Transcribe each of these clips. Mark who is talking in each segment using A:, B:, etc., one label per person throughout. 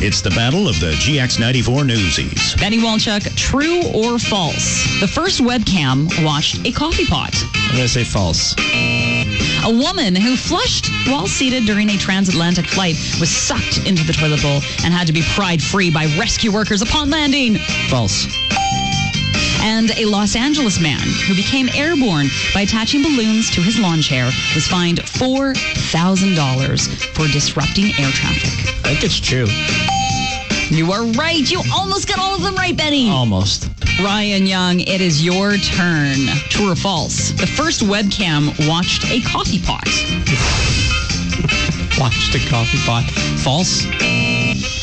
A: It's the battle of the GX94 Newsies.
B: Betty Walchuk, true or false? The first webcam watched a coffee pot.
C: I'm going to say false.
B: A woman who flushed while seated during a transatlantic flight was sucked into the toilet bowl and had to be pried free by rescue workers upon landing.
C: False.
B: And a Los Angeles man who became airborne by attaching balloons to his lawn chair was fined $4,000 for disrupting air traffic.
C: I think it's true.
B: You are right. You almost got all of them right,
C: Oh,
B: Benny.
C: Almost.
B: Ryan Young, it is your turn. True or false? The first webcam watched a coffee pot.
C: Watched a coffee pot. False.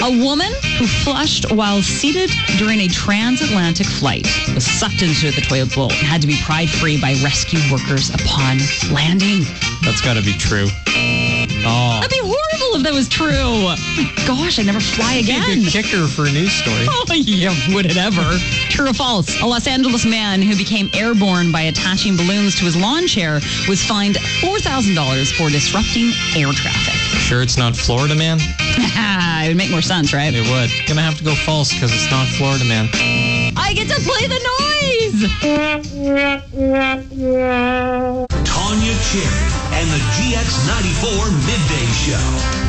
B: A woman who flushed while seated during a transatlantic flight was sucked into the toilet bowl and had to be pried free by rescue workers upon landing.
C: That's got to be true. Oh.
B: That'd be horrible if that was true. Oh my gosh, I never fly
C: That'd be a
B: again.
C: good kicker for a news story.
B: Oh, yeah, would it ever? True or false? A Los Angeles man who became airborne by attaching balloons to his lawn chair was fined $4,000 for disrupting air traffic.
C: Sure, it's not Florida Man?
B: it would make more sense, right?
C: It would. Gonna have to go false because it's not Florida Man.
B: I get to play the noise!
D: Tanya Cherry and the GX94 Midday Show.